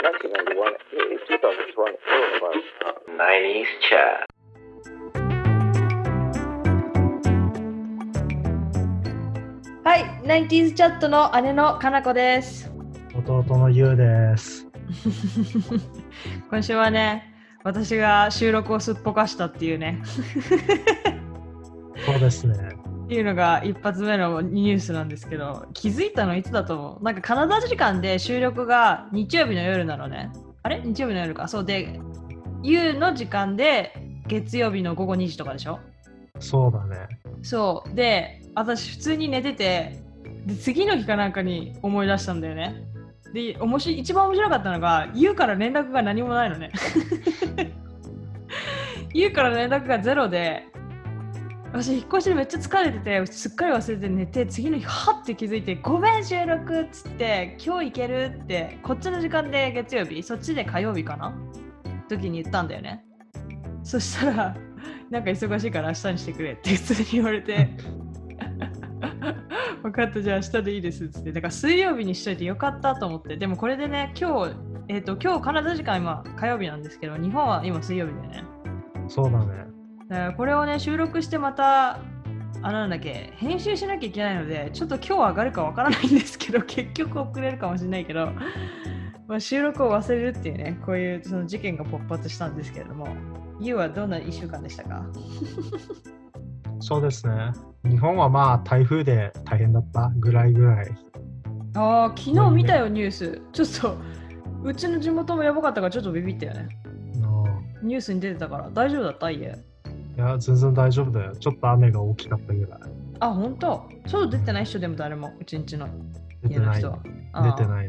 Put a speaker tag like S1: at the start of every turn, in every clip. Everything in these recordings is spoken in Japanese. S1: 1991, 2001, all of us.
S2: 90s chat.
S3: はい、ナインティーズチャットの姉のかなこです。
S4: 弟のゆうです。
S5: 今週はね私が収録をすっぽかしたっていうね
S4: そうですね。
S5: っていうのが一発目のニュースなんですけど気づいたのいつだと思うなんかカナダ時間で収録が日曜日の夜なのねあれ日曜日の夜かそうで U の時間で月曜日の午後2時とかでしょ
S4: そうだね。
S5: そうで私普通に寝ててで次の日かなんかに思い出したんだよねで面白い一番面白かったのが YOU から連絡が何もないのね YOU から連絡がゼロで私引っ越しでめっちゃ疲れててすっかり忘れて寝て次の日はって気づいて「ごめん収録」っつって「今日行ける」ってこっちの時間で月曜日そっちで火曜日かな時に言ったんだよねそしたらなんか忙しいから明日にしてくれって普通に言われて 分かったじゃあ明日でいいですっつってだから水曜日にしといてよかったと思ってでもこれでね今日えっ、と今日カナダ時間今火曜日なんですけど日本は今水曜日だよね
S4: そうだね。
S5: だからこれをね収録してまたあなんだっけ編集しなきゃいけないのでちょっと今日上がるかわからないんですけど結局遅れるかもしれないけど、まあ、収録を忘れるっていうねこういうその事件が勃発したんですけれども YOU はどんな1週間でしたか
S4: そうですね。日本はまあ台風で大変だったぐらいぐらい。
S5: ああ、昨日見たよ、ニュース。ちょっと、うちの地元もやばかったから、ちょっとビビったよね。
S4: うん
S5: ニュースに出てたから、大丈夫だった家。
S4: いや、全然大丈夫だよ。ちょっと雨が大きかったぐらい。
S5: あ、ほんと外出てない人でも誰も、うちんちの
S4: 出
S5: 家の
S4: てない。
S5: 人は
S4: 出。
S5: あ
S4: てない。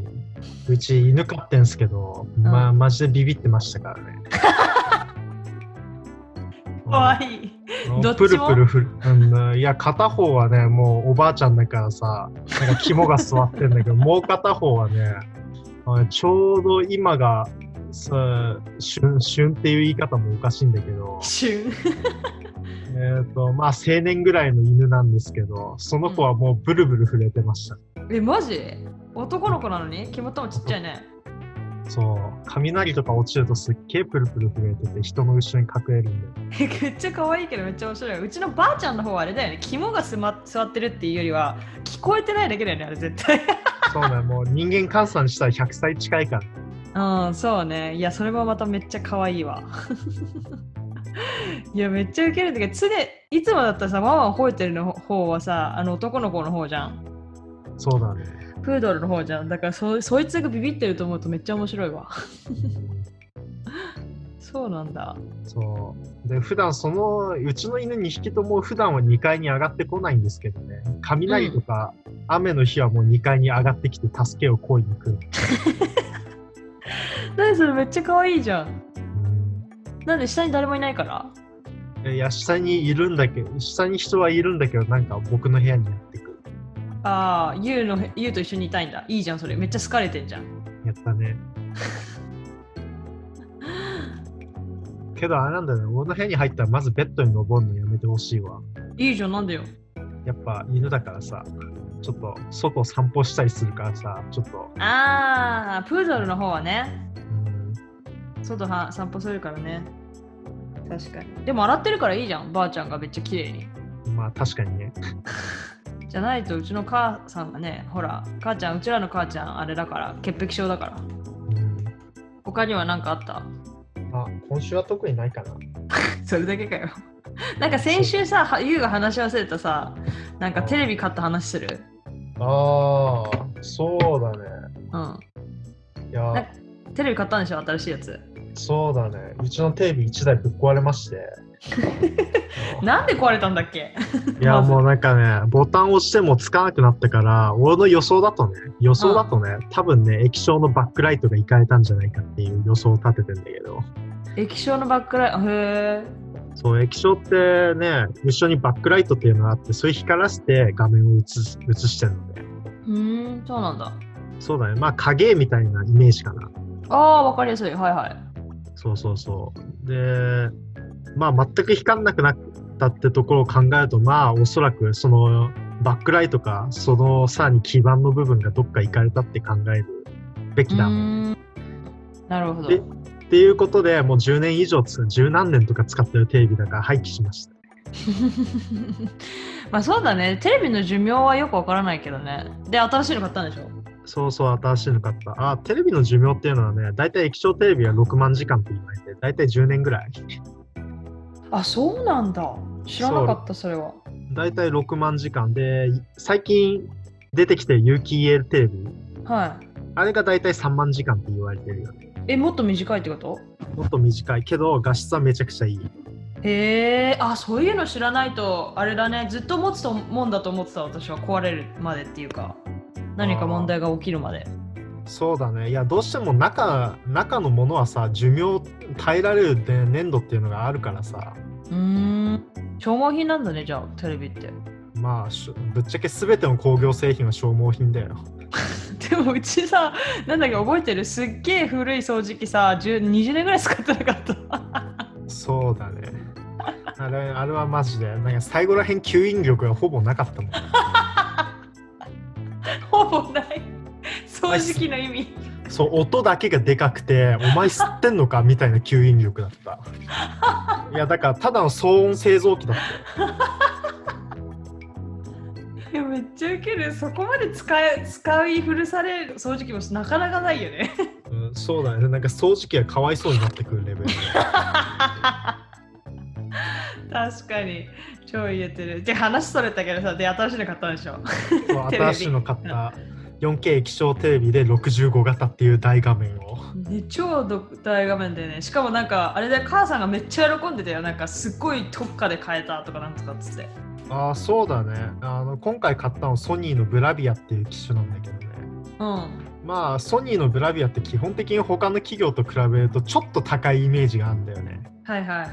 S4: うち犬飼ってんすけど、まあ、マジでビビってましたから ね。
S5: あかわいい。
S4: うん
S5: どっち
S4: プル
S5: も
S4: プル振る、うんいや片方はねもうおばあちゃんだからさなんか肝が座ってんだけ どもう片方はねあちょうど今がさ旬旬っていう言い方もおかしいんだけ ど
S5: シュン。
S4: えっ、とまあ青年ぐらいの犬なんですけどその子はもうブルブル震えてました、
S5: え、マジ男の子なのに気持ちもちっちゃいね。
S4: そう雷とか落ちるとすっげえプルプル震えてて人の後ろに隠れるんだよ
S5: えめっちゃ可愛いけどめっちゃ面白い。うちのばあちゃんの方はあれだよね。肝がすま座ってるっていうよりは、聞こえてないだけだよね、あれ絶対。
S4: そうだよもう人間換算したら100歳近いから
S5: うん、そうね。いや、それもまためっちゃ可愛いわ。 いや、めっちゃウケるんだけど、常、いつもだったらさ、ママを吠えてるの方はさ、あの男の子の方じゃん。
S4: そうだ ね
S5: プードルの方じゃん。だからそ、そいつがビビってると思うとめっちゃ面白いわ。 そうなんだ。
S4: そう。で、普段その、うちの犬2匹とも普段は2階に上がってこないんですけどね、雷とか雨の日はもう2階に上がってきて助けを請いに来る。
S5: 何それめっちゃ可愛いじゃん。なんで下に誰もいないから
S4: うんいや、下にいるんだけど、下に人はいるんだけど、なんか僕の部屋にやってくる。
S5: ああ、ユウの、ユウと一緒にいたいんだ。いいじゃん、それ。めっちゃ好かれてんじゃん。
S4: やったね。けどあれなんだよね、俺の部屋に入ったらまずベッドに登るのやめてほしいわ。
S5: いいじゃん、なんでよ。
S4: やっぱ犬だからさ、ちょっと外散歩したりするからさ、ちょっと、
S5: ああ、プードルの方はね、
S4: うん、
S5: 外は散歩するからね確かにでも洗ってるからいいじゃんばあちゃんがめっちゃ綺麗に
S4: まあ確かにね。
S5: じゃないとうちの母さんがねほら母ちゃんうちらの母ちゃんあれだから潔癖症だから
S4: うん、
S5: 他には何かあった
S4: あ、今週は特にないかな。
S5: それだけかよ なんか先週さはゆうが話し忘れたさなんかテレビ買った話する
S4: ああ、そうだね。
S5: うん
S4: いや、
S5: テレビ買ったんでしょ新しいや つ
S4: そうだね。うちのテレビ1台ぶっ壊れまして。
S5: なんで壊れたんだっけ
S4: いや、もうなんかね、ボタン押してもつかなくなったから、俺の予想だとね、予想だとね、多分ね、液晶のバックライトがいかれたんじゃないかっていう予想を立ててんだけど、
S5: 液晶のバックライトへえ
S4: そう、液晶ってね、後ろにバックライトっていうのがあって、それ光らせて画面を映す映してるので、
S5: うーんそうなんだ
S4: そうだね、まあ影みたいなイメージかな。
S5: あーわかりやすいはいはい
S4: そうそうそう。で、まあ、全く光らなくなったってところを考えると、まあ、おそらくそのバックライトか、そのさらに基板の部分がどっか行かれたって考えるべき
S5: うー
S4: だ。
S5: んなるほど。
S4: でっていうことでもう10年以上つ十何年とか使ってるテレビだから廃棄しました
S5: まあそうだね。テレビの寿命はよくわからないけどね。で、新しいの買ったんでしょ
S4: そうそう新しいの買ったあテレビの寿命っていうのはね大体液晶テレビは6万時間って言われて大体10年ぐらい
S5: あ、そうなんだ。知らなかった、それは。
S4: 大体6万時間で最近出てきてる有機 EL テレビ
S5: はい。
S4: あれが大体3万時間って言われてるよね
S5: え、もっと短いってこと
S4: もっと短いけど画質はめちゃくちゃいい
S5: へえ、あ、そういうの知らないと、あれだね。ずっと持つともんだと思ってた、私は壊れるまでっていうか。何か問題が起きるまで。
S4: そうだねいやどうしても中中のものはさ寿命耐えられるで粘土っていうのがあるからさ
S5: うーん。消耗品なんだね、じゃあ、テレビって。
S4: まあしょぶっちゃけ全ての工業製品は消耗品だよ
S5: でもうちさ、なんだっけ、覚えてるすっげえ古い掃除機さ、10 20年ぐらい使ってなかった。
S4: そうだね あれあれはマジでなんか最後らへん吸引力がほぼなかったもん
S5: ほぼない。掃除機の意味。
S4: そう音だけがでかくてお前吸ってんのかみたいな吸引力だった いやだからただの騒音製造機だった
S5: いや、めっちゃウケる。そこまで使い、使い古される掃除機もなかなかないよね。
S4: うん、そうだね。なんか掃除機がかわいそうになってくる レベル。
S5: 確かに。超言えてる。で、話それたけどさ、で、新しいの買ったんでしょ。
S4: そう
S5: テレビ
S4: 新しいの買った 4K 液晶テレビで65型っていう大画面を。
S5: ね、超大画面でね。しかもなんか、あれで母さんがめっちゃ喜んでたよ。なんか、すっごい特価で買えたとかなんとかっつって。
S4: ああ、そうだね。あの今回買ったのソニーのブラビアっていう機種なんだけどね。
S5: うん。
S4: まあ、ソニーのブラビアって基本的に他の企業と比べるとちょっと高いイメージがあるんだよね。
S5: はいはいはい。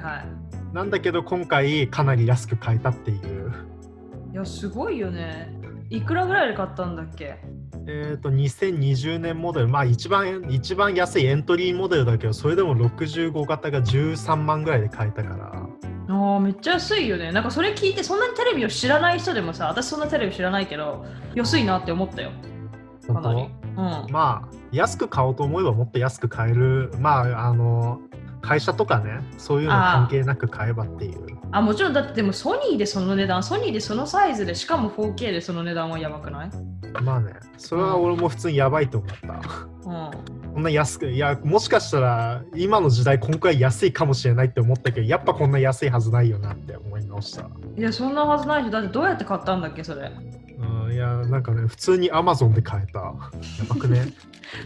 S4: なんだけど今回かなり安く買えたっていう。
S5: いや、すごいよね。いくらぐらいで買ったんだっけ
S4: えっと2020年モデル、まあ一番一番安いエントリーモデルだけど、それでも65型が13万ぐらいで買えたから、
S5: ああめっちゃ安いよねなんかそれ聞いてそんなにテレビを知らない人でもさ私そんなテレビ知らないけど安いなって思ったよかなりうん
S4: まあ安く買おうと思えばもっと安く買えるまああの会社とかねそういうの関係なく買えばっていう
S5: あもちろんだってでもソニーでその値段ソニーでそのサイズでしかも 4K でその値段はやばくない
S4: まあねそれは俺も普通にやばいと思った
S5: うん
S4: こんな安くいやもしかしたら今の時代こんくらい安いかもしれないって思ったけどやっぱこんな安いはずないよなって思い直した
S5: いやそんなはずないしだってどうやって買ったんだっけそれ
S4: うんいやなんかね普通にアマゾンで買えたやばく ね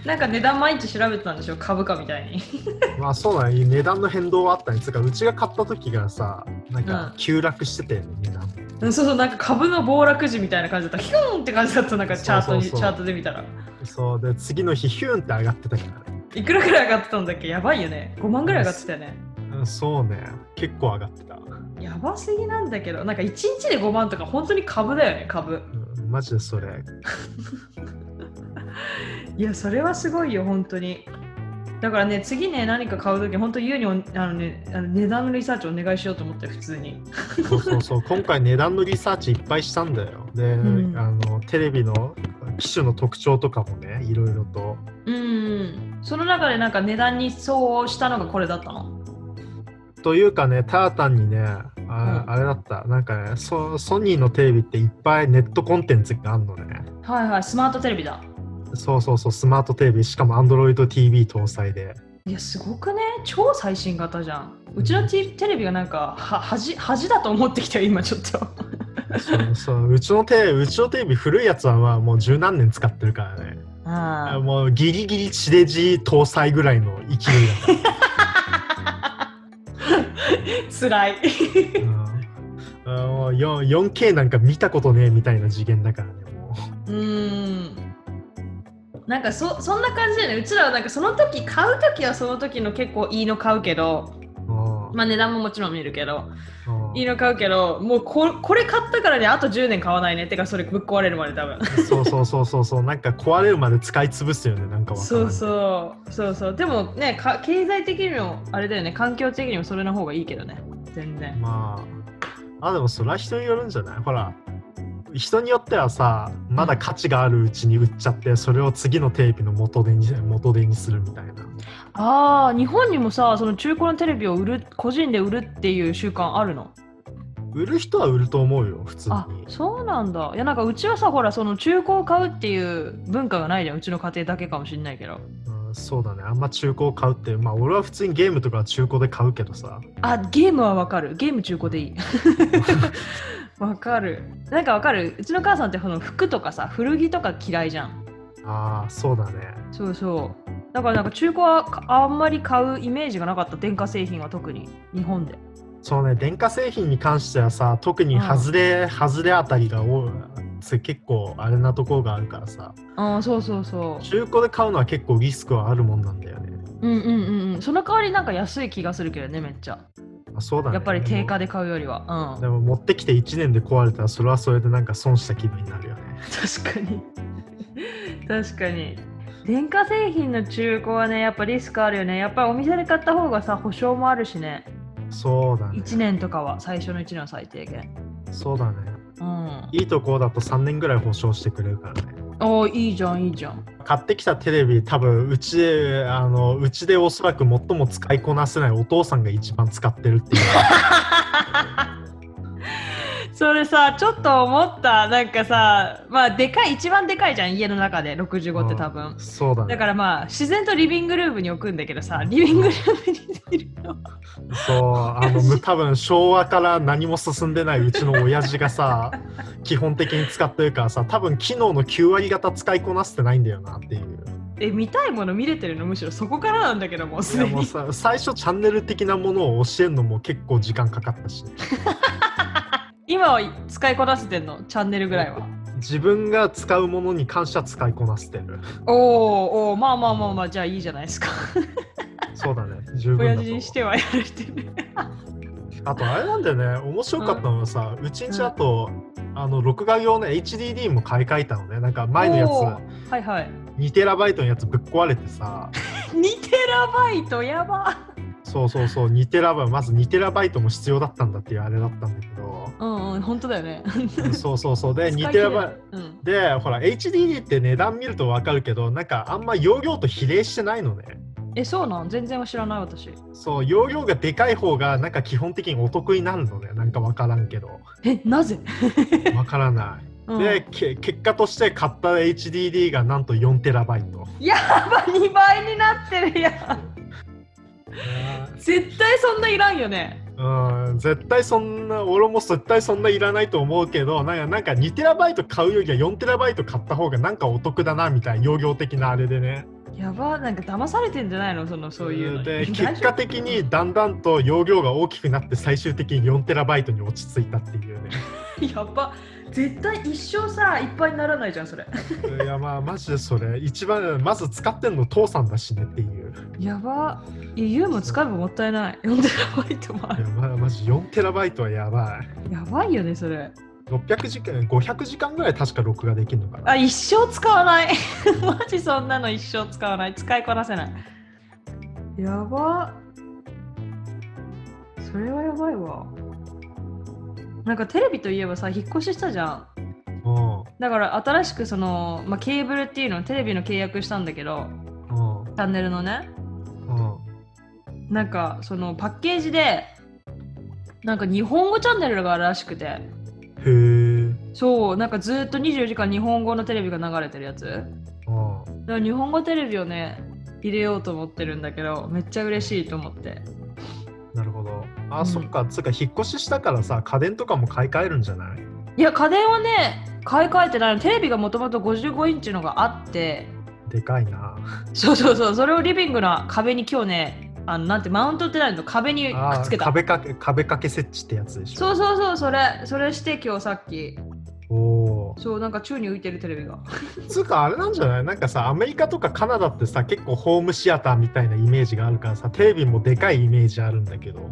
S5: なんか値段毎日調べてたんでしょ株価みたいに
S4: まあそうだね値段の変動はあったねつうかうちが買った時がさなんか
S5: うん
S4: 急落してて、ね、値段
S5: そうそうなんか株の暴落時みたいな感じだったヒュンって感じだったなんかチャートに
S4: そうそうそう
S5: チャートで見たら
S4: そうで次の日ヒュンって上がってたからね
S5: いくらぐらい上がってたんだっけやばいよね5万ぐらい上がってたよね
S4: うんそうね結構上がってた、
S5: やばすぎなんだけど、なんか1日で5万とか本当に株だよね、株。
S4: うん、マジでそれ
S5: いや、それはすごいよ、本当に。だからね、次ね、何か買うとき、本当ユウにおあの、ね、あの値段のリサーチお願いしようと思って、普通に。
S4: そうそう そう今回値段のリサーチいっぱいしたんだよで、
S5: うん
S4: あのテレビの機種の特徴とかもねいろいろと
S5: うん。その中で、なんか値段にそうしたのがこれだったの。
S4: というかねタータンにねあ,、
S5: うん
S4: あれだったなんかねソソニーのテレビっていっぱいネットコンテンツがあるのね
S5: はいはい、スマートテレビだ。
S4: そうそうそうスマートテレビしかも AndroidTV 搭載で
S5: いや、すごくね、超最新型じゃん。うちのテテレビがなんか、は恥恥だと思ってきたよ、今ちょっと。
S4: そうそううちのテレビうちのテレビ古いやつはまあもう十何年使ってるからねあ
S5: あ
S4: もうギリギリ地デジ搭載ぐらいの勢いだっ
S5: つらい。
S4: た、うん あもう 4- 4K なんか見たことねえみたいな次元だからねも
S5: うーんなんかそそんな感じだよねうちらはなんかその時買う時はその時の結構いいの買うけど
S4: う、
S5: まあ値段ももちろん見るけど
S4: うんうん
S5: いいの買うけどもうここれ買ったからねあと10年買わないねてかそれぶっ壊れるまで多分
S4: そうそうそうそうそうなんか壊れるまで使い潰すよねなんかわから
S5: そ
S4: な
S5: う
S4: い
S5: そうそうそうでもねか経済的にもあれだよね環境的にもそれの方がいいけどね全然
S4: まああでもそれは人によるんじゃないほら人によってはさまだ価値があるうちに売っちゃってそれを次のテレビの元手に元手にするみたいな
S5: ああ、日本にもさ、その中古のテレビを売る、個人で売るっていう習慣あるの
S4: 売る人は売ると思うよ、普通
S5: あ
S4: に。
S5: そうなんだいやなんかうちはさほらその中古を買うっていう文化がないじゃんうちの家庭だけかもしんないけど
S4: うん、そうだね。あんま中古を買うって、まあ俺は普通にゲームとかは中古で買うけどさ。
S5: あゲームはわかるゲーム中古でいい わかるなんかわかるうちの母さんってこの服とかさ古着とか嫌いじゃん
S4: ああ、そうだね。
S5: そうそうだからなんか中古はかあんまり買うイメージがなかった電化製品は特に日本で
S4: そうね、電化製品に関してはさ、特に外れ、外れあたりが多い。つ結構あれなところがあるからさ
S5: ああそうそうそ
S4: 中古で買うのは結構リスクはあるもんなんだよね
S5: ううんうんうんうんその代わりなんか安い気がするけどねめっちゃ
S4: あそうだね
S5: やっぱり定価
S4: で
S5: で買うよりは
S4: も
S5: う
S4: で
S5: ん
S4: も持ってきて1年で壊れたらそれはそれでなんか損した気分になるよね
S5: 確かに確かに電化製品の中古はねやっぱリスクあるよねやっぱりお店で買った方がさ保証もあるしね
S4: そうだね
S5: 1年とかは最初の1年は最低限
S4: そうだね
S5: うん
S4: いいとこだと3年ぐらい保証してくれるからね。
S5: おーいいじゃんいいじゃん
S4: 買ってきたテレビ、多分うちで、あのうちでおそらく最も使いこなせないお父さんが一番使ってるっていう。
S5: それさちょっと思ったなんかさまあでかい一番でかいじゃん家の中で65って多分
S4: そうだね。
S5: だからまあ自然とリビングルームに置くんだけどさリビングルームにいるの
S4: そう、あのむ多分昭和から何も進んでないうちの親父がさ、基本的に使ってるからさ、多分機能の9割方使いこなせてないんだよなっていう。
S5: え見たいもの見れてるのむしろそこからなんだけどもう
S4: い
S5: す
S4: や
S5: で
S4: もう
S5: に
S4: さ最初チャンネル的なものを教えるのも結構時間かかったし。
S5: 今は使いこなせてんのチャンネルぐらいは
S4: 自分が使うものに関しては使いこなせてる。
S5: おーおーまあまあまあまあじゃあいいじゃないですか
S4: そうだね、十分
S5: 親
S4: だと思
S5: 父
S4: う
S5: にしてはやられて る
S4: あとあれなんだよね、面白かったのはさ、うちんちだと、あの録画用の HDD も買い替えたのね、なんか前のや
S5: おーはいはい
S4: つ、2TB のやつぶっ壊れてさ、
S5: 2テラバイトやば
S4: そうそうそう、2TB、まず 2TB も必要だったんだっていうあれだったんだけど、
S5: うんうん本当だよね
S4: そうそうそう、で、
S5: 使い切れない
S4: 2TB。
S5: うん
S4: でほら HDD って値段見ると分かるけどなんかあんま容量と比例してないのね
S5: えそうなん全然知らない私
S4: そう容量がでかい方がなんか基本的にお得になるのねなんか分からんけど
S5: えなぜ、
S4: 分からない
S5: うん、
S4: で、け結果として買った HDD がなんと 4TB。
S5: やば2倍になってるやん絶対そんないらんよね
S4: うん、絶対そんな、俺も絶対そんないらないと思うけど、なんかなんか 2TB 買うよりは 4TB 買った方がなんかお得だなみたいな、容量的なあれでね。
S5: やばなんか騙されてんじゃないのそのそういうのに 大
S4: で、
S5: 丈夫
S4: 結果的にだんだんと容量が大きくなって、最終的に 4TB に落ち着いたって いうね。
S5: やば絶対一生さいっぱいにならないじゃんそれ
S4: いや、まあ、マジでそれ、一番、まず使ってんの父さんだしねっていう。
S5: やばいやユウも使えばもったいない4テラバイトもあ
S4: い
S5: る
S4: やまあ、マジ 4TB はやばい。
S5: やばいよねそれ
S4: 600時間、500時間ぐらい確か録画できるのかな。
S5: あ一生使わない マジそんなの一生使わない使いこなせないやばそれはやばいわなんかテレビといえばさ引っ越ししたじゃん
S4: う
S5: だから新しくその、まあ、ケーブルっていうのテレビの契約したんだけど
S4: ん、うん、
S5: チャンネルのね
S4: うん。
S5: なんかそのパッケージでなんか日本語チャンネルがあるらしくて
S4: へえ。
S5: そうなんかずっと24時間日本語のテレビが流れてるやつだか
S4: うん。
S5: ら日本語テレビをね入れようと思ってるんだけどめっちゃ嬉しいと思って
S4: なるほど。あ、
S5: うん
S4: そっか。つうか、引っ越ししたからさ、家電とかも買い替えるんじゃない
S5: いや家電はね買い替えてないのテレビがもともと55インチのがあって
S4: でかいな。
S5: そうそうそうそれをリビングの壁に今日ねあのなんてマウントってないの壁にく
S4: あ
S5: っつけた
S4: 壁掛け、壁掛け設置ってやつでしょ。
S5: そうそうそうそれそれして今日さっき
S4: おお。
S5: そうなんか宙に浮いてるテレビが
S4: つうか、あれなんじゃないなんかさ、アメリカとかカナダってさ、結構ホームシアターみたいなイメージがあるからさ、テレビもでかいイメージあるんだけど。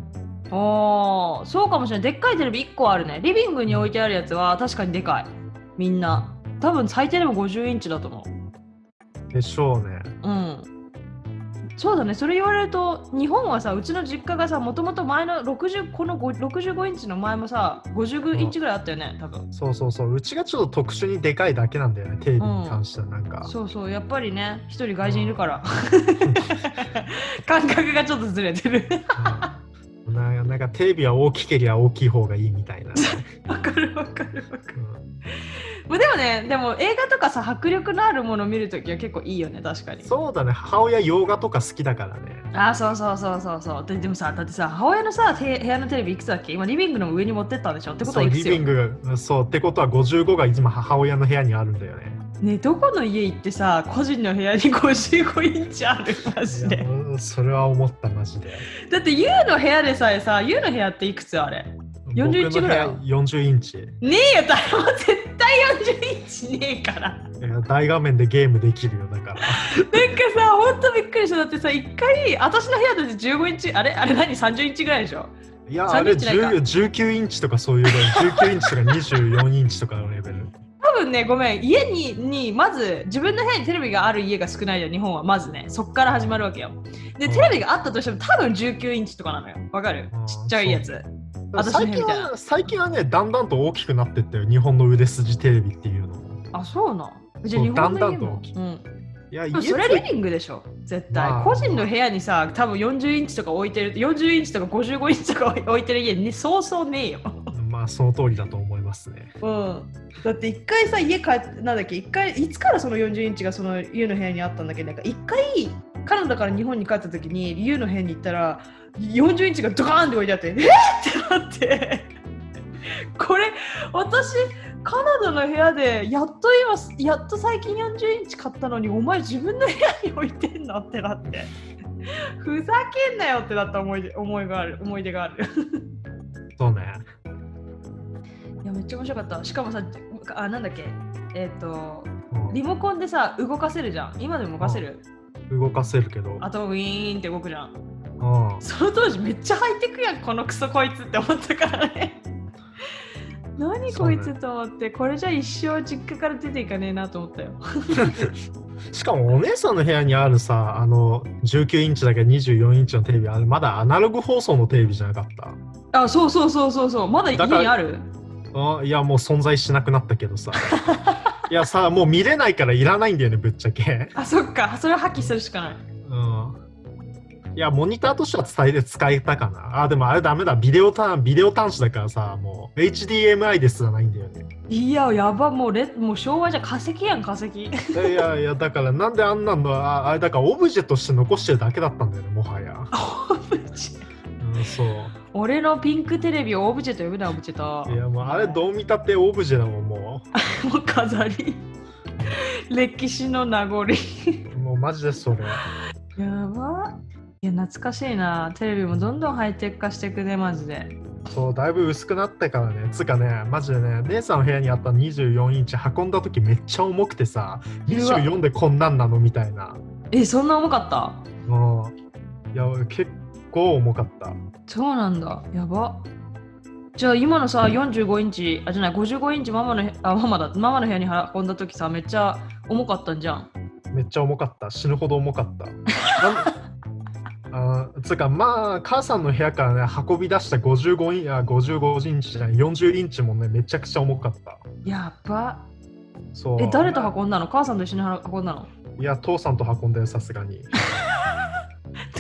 S5: ああそうかもしれないでっかいテレビ1個あるねリビングに置いてあるやつは確かにでかいみんな多分最低でも50インチだと思
S4: でしょうね。
S5: ううんそうだねそれ言われると日本はさうちの実家がさもともと前の60この5 65インチの前もさ50インチぐらいあったよね多分
S4: そうそうそう。うちがちょっと特殊にでかいだけなんだよね、テレビに関してはなんか。
S5: そうそうやっぱりね一人外人いるから 感覚がちょっとずれてる。
S4: うんな なんかテレビは大きけりゃ大きい方がいいみたいな、
S5: わかるわかるわか
S4: う
S5: る。
S4: ん
S5: まあでもね、でも映画とかさ、迫力のあるもの見るときは結構いいよね、確かに。
S4: そうだね母親洋画とか好きだからね
S5: あそうそうそうそうそうででもさだってさ母親のさて部屋のテレビいくつだっけ今リビングの上に持ってったんでしょってこと
S4: そ
S5: は
S4: う
S5: いく
S4: リ
S5: つ
S4: ビ
S5: よ
S4: ン、グがそうってことは55がいつも母親の部屋にあるんだよね
S5: ね、どこの家行ってさ個人の部屋に55インチあるマジ
S4: いや
S5: で
S4: もうそれは思ったマジで
S5: だって YOU の部屋でさえさ YOU の部屋っていくつあれ41
S4: 僕の部屋40インチ
S5: ねえよ誰も絶対40インチねえからなんか
S4: いや大画面でゲームできるよだから
S5: さほんとびっくりしただってさ一回私の部屋だって15インチあれあれ何30インチぐらいでしょ
S4: いや
S5: 30
S4: あれ
S5: インチないか
S4: 10 19インチとかそういうレベル19インチとか24インチとかのレベル
S5: 多分ねごめん家ににまず自分の部屋にテレビがある家が少ないじゃん日本はまずねそっから始まるわけよで
S4: うん
S5: テレビがあったとしても多分19インチとかなのよわかる
S4: うん
S5: ちっちゃいやつ私の部屋みた
S4: 最近
S5: いな
S4: は最近はねだんだんと大きくなってったよ日本の腕筋テレビっていうの
S5: あそうなんじゃあ日
S4: そう
S5: 本の
S4: だ
S5: 家
S4: んだんと
S5: も
S4: 大きい
S5: うん
S4: いや
S5: でもそれリビングでしょ絶対、
S4: まあ
S5: 個人の部屋にさ多分40インチとか置いてる40インチとか55インチとか置い置いてる家にそうそうねえよ
S4: まあその通りだと思いますね
S5: うんだって一回さ家帰ってなんだっけ一回いつからその40インチがその U の部屋にあったんだっけなんか一回カナダから日本に帰った時に U の部屋に行ったら40インチがドカーンって置いてあってえっってなって これ私カナダの部屋でやっと今やっと最近40インチ買ったのにお前自分の部屋に置いてんのってなってふざけんなよってなった思い出思いがある思い出がある
S4: そうね
S5: いやめっちゃ面白かったしかもさあなんだっけえっ、と
S4: うん
S5: リモコンでさ動かせるじゃん今でも動かせる
S4: 動かせるけど
S5: あとウィーンって動くじゃん
S4: うん
S5: その当時めっちゃハイテクやんこのクソこいつって思ったから ね何こいつと思ってこれじゃ一生実家から出ていかねえなと思ったよ
S4: しかもお姉さんの部屋にあるさあの19インチだけど24インチのテレビあれまだアナログ放送のテレビじゃなかった
S5: あそうそうそうそうそうまだ家
S4: だから
S5: にある
S4: あいやもう存在しなくなったけど さいやさもう見れないからいらないんだよねぶっちゃけ、
S5: あそっかそれは破棄するしかない
S4: うん、いやモニターとしては伝えで使えたかなあでもあれダメだビデオ端ビデオ端子だからさもう HDMI ですらないんだよね
S5: いややばもうレもう昭和じゃ化石やん化石
S4: いやいやいやだからなんであんなんのああれだからオブジェとして残してるだけだったんだよねもはや、
S5: オブジェ
S4: うん、そう
S5: 俺のピンクテレビをオブジェと呼ぶなオブジェと
S4: いやもうあれどう見たってオブジェだもんも
S5: もう飾り 歴史の名残や
S4: うもうマジでそれ
S5: ばいや懐かしいなテレビもどんどんハイテク化していくねマジで
S4: そうだいぶ薄くなってからねつうかねマジでね姉さんの部屋にあった24インチ運んだ時めっちゃ重くてさ24でこんなんなのみたいな
S5: えそんな重かった
S4: もうんいや俺結構重かった
S5: そうなんだやばじゃあ今のさ45インチあじゃない55インチママのあママだママの部屋に運んだ時さめっちゃ重かったんじゃん
S4: めっちゃ重かった死ぬほど重 かったなんあーつうかまあ母さんの部屋からね運び出した55インチあ55インチじゃない40インチもねめちゃくちゃ重かった
S5: やば
S4: そう
S5: え誰と運んだの母さんと一緒に運んだの
S4: いや父さんと運んだよさすがに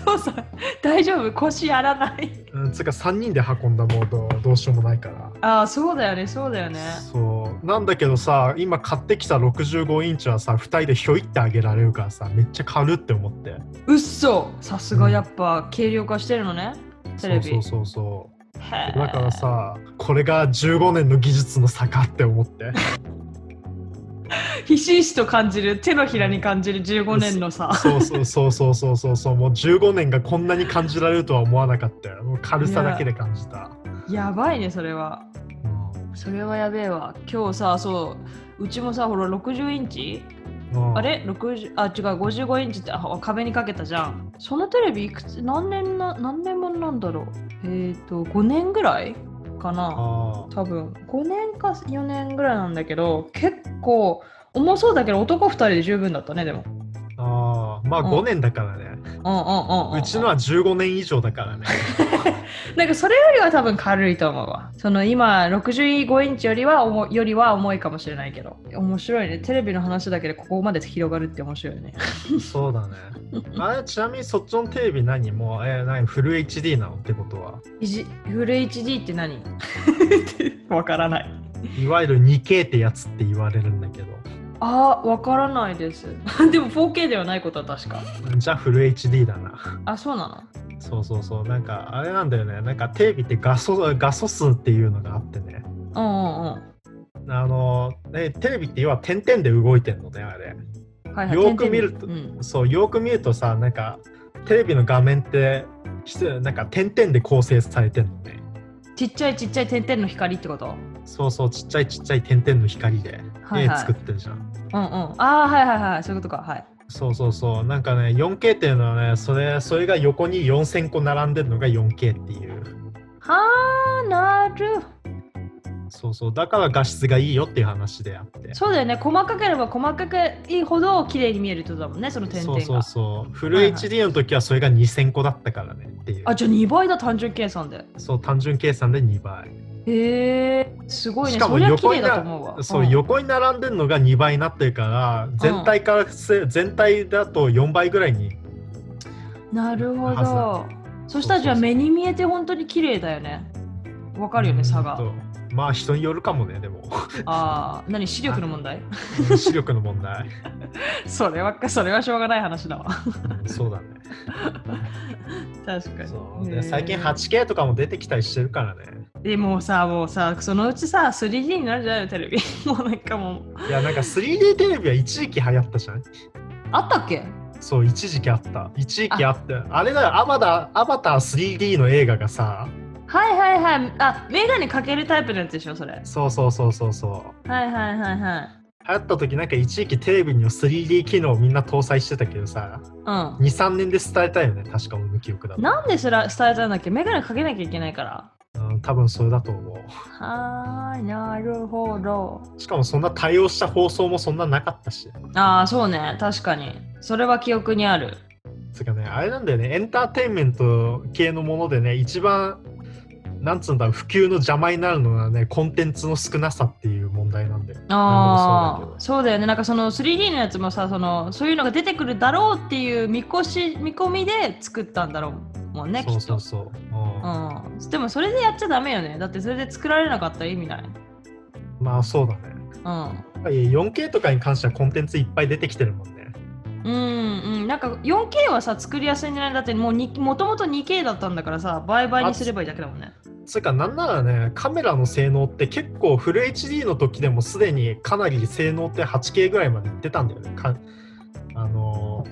S5: 父さん大丈夫腰やらない
S4: うん、つうか3人で運んだもうどどうしようもないから、
S5: あそうだよねそうだよね
S4: そうなんだけどさ今買ってきた65インチはさ2人でひょいってあげられるからさめっちゃ軽って思って
S5: うっそさすがやっぱ軽量化してるのねテレビ
S4: そうそうそうそうだ
S5: だ
S4: からさこれが15年の技術の差かって思って
S5: ひしひしと感じる手のひらに感じる15年のさ
S4: そうそうそうそうそうそうそうもう15年がこんなに感じられるとは思わなかったよもう軽さだけで感じた、
S5: やばいねそれはそれはやべえわ今日さそううちもさほら60インチ
S4: うんうん
S5: あれ60あ違う55インチってあ壁にかけたじゃんそのテレビいくつ何年な何年もなんだろうえっ、ー、と5年ぐらいかな
S4: あー
S5: 多分5年か4年ぐらいなんだけど結構重そうだけど男2人で十分だったねでも
S4: あまあ
S5: うん
S4: 5年だからね、
S5: うんうんうんうん
S4: うちのは15年以上だからね、
S5: なんかそれよりは多分軽いと思うわその今65インチよりは重いよりは重いかもしれないけど面白いねテレビの話だけでここまで広がるって面白いね
S4: そうだねあれちなみにそっちのテレビ何もう、えー何フル HD なのってことは
S5: イジフル HD って 何わからない
S4: いわゆる 2K ってやつって言われるんだけど
S5: あーわからないです でも 4K ではないことは確か
S4: じゃあフル HD だな
S5: あそうな
S4: そうそうそうなんかあれなんだよねなんかテレビって画素画素数っていうのがあってね
S5: のうんうん
S4: あのえテレビって要は点々で動いてんのねあれ
S5: うんはいはい
S4: よーく見ると
S5: うん
S4: そうよく見るとさなんかテレビの画面ってしてなんか点々で構成されてんのね
S5: ちっちゃいちっちゃい点々の光ってこと
S4: そうそうちっちゃいちっちゃい点々の光で
S5: はい
S4: 絵
S5: はい
S4: 作ってるじゃん
S5: うんうんああはいはいはいそういうことかはい
S4: そうそうそうなんかね 4K っていうのはねそれそれが横に4000個並んでるのが 4K っていう
S5: はあなる
S4: そうそうだから画質がいいよっていう話であって
S5: そうだよね細かければ細かくいいほど綺麗に見えるってことだもんねその点々
S4: そ
S5: が
S4: うそうそうフル
S5: はいはい
S4: HD の時はそれが2000個だったからねっていう
S5: あじゃあ2倍だ単純計算で
S4: そう単純計算で2倍
S5: へえすごいね
S4: しかも
S5: そりゃ綺
S4: 横に
S5: 麗だ
S4: な
S5: と思うわ
S4: そう、横に並んでるのが2倍になってるから全体からせ、全体だと4倍ぐらいに
S5: んなるほど
S4: は
S5: そしたらじゃあ目に見えて本当に綺麗だよねわかるよね差が
S4: うんとまあ人によるかもねで も
S5: ああ何視力の問 題
S4: 視力の問題
S5: それはそれはしょうがない話だわ
S4: うんそうだね
S5: 確か
S4: そう
S5: に
S4: で最近
S5: へえ
S4: 8K とかも出てきたりしてるからね
S5: でもうさもうさそのうちさ 3D になるじゃないのテレビ もうなんかもう
S4: いやなんか 3D テレビは一時期流行ったじゃん
S5: あったっけ
S4: そう一時期あった一時期あってあれだよアバターアバター 3D の映画がさ
S5: はいはいはいあメガネかけるタイプのやつでしょそれ
S4: そうそうそうそうそう
S5: はいはいはいはい
S4: 流行った時なんか一時期テレビには 3D 機能をみんな搭載してたけどさ
S5: う
S4: 23年で伝えたよね確か俺の記憶だ
S5: ん。
S4: と
S5: なんですら伝えたんだっけメガネかけなきゃいけないから。
S4: うん多分それだと思
S5: はーい、なるほど。
S4: うしかもそんな対応した放送もそんななかったし
S5: ああ、そうね、確かに。それは記憶にある。
S4: つうかねあれなんだよねエンターテインメント系のものでね一番なんつうんだろう普及の邪魔になるのはねコンテンツの少なさっていう問題なんだよ
S5: あ
S4: なるほどそう
S5: あ、そ
S4: だけど
S5: うだよね。なんかその 3D のやつもさ、そのそういうのが出てくるだろうっていう見越し見込みで作ったんだろうもんね、
S4: そう
S5: きっと
S4: そう。そう、うん
S5: うん、でもそれでやっちゃダメよね。だってそれで作られなかったら意味ない。
S4: まあそうだね
S5: うん。
S4: やっぱり 4K とかに関してはコンテンツいっぱい出てきてるもんね
S5: うんうん、なんか 4K はさ作りやすいんじゃないだってもうにもともと 2K だったんだからさ倍々にすればいいだけだもんね
S4: つうかなんならねカメラの性能って結構フル HD の時でもすでにかなり性能って 8K ぐらいまでいってたんだよねかあのー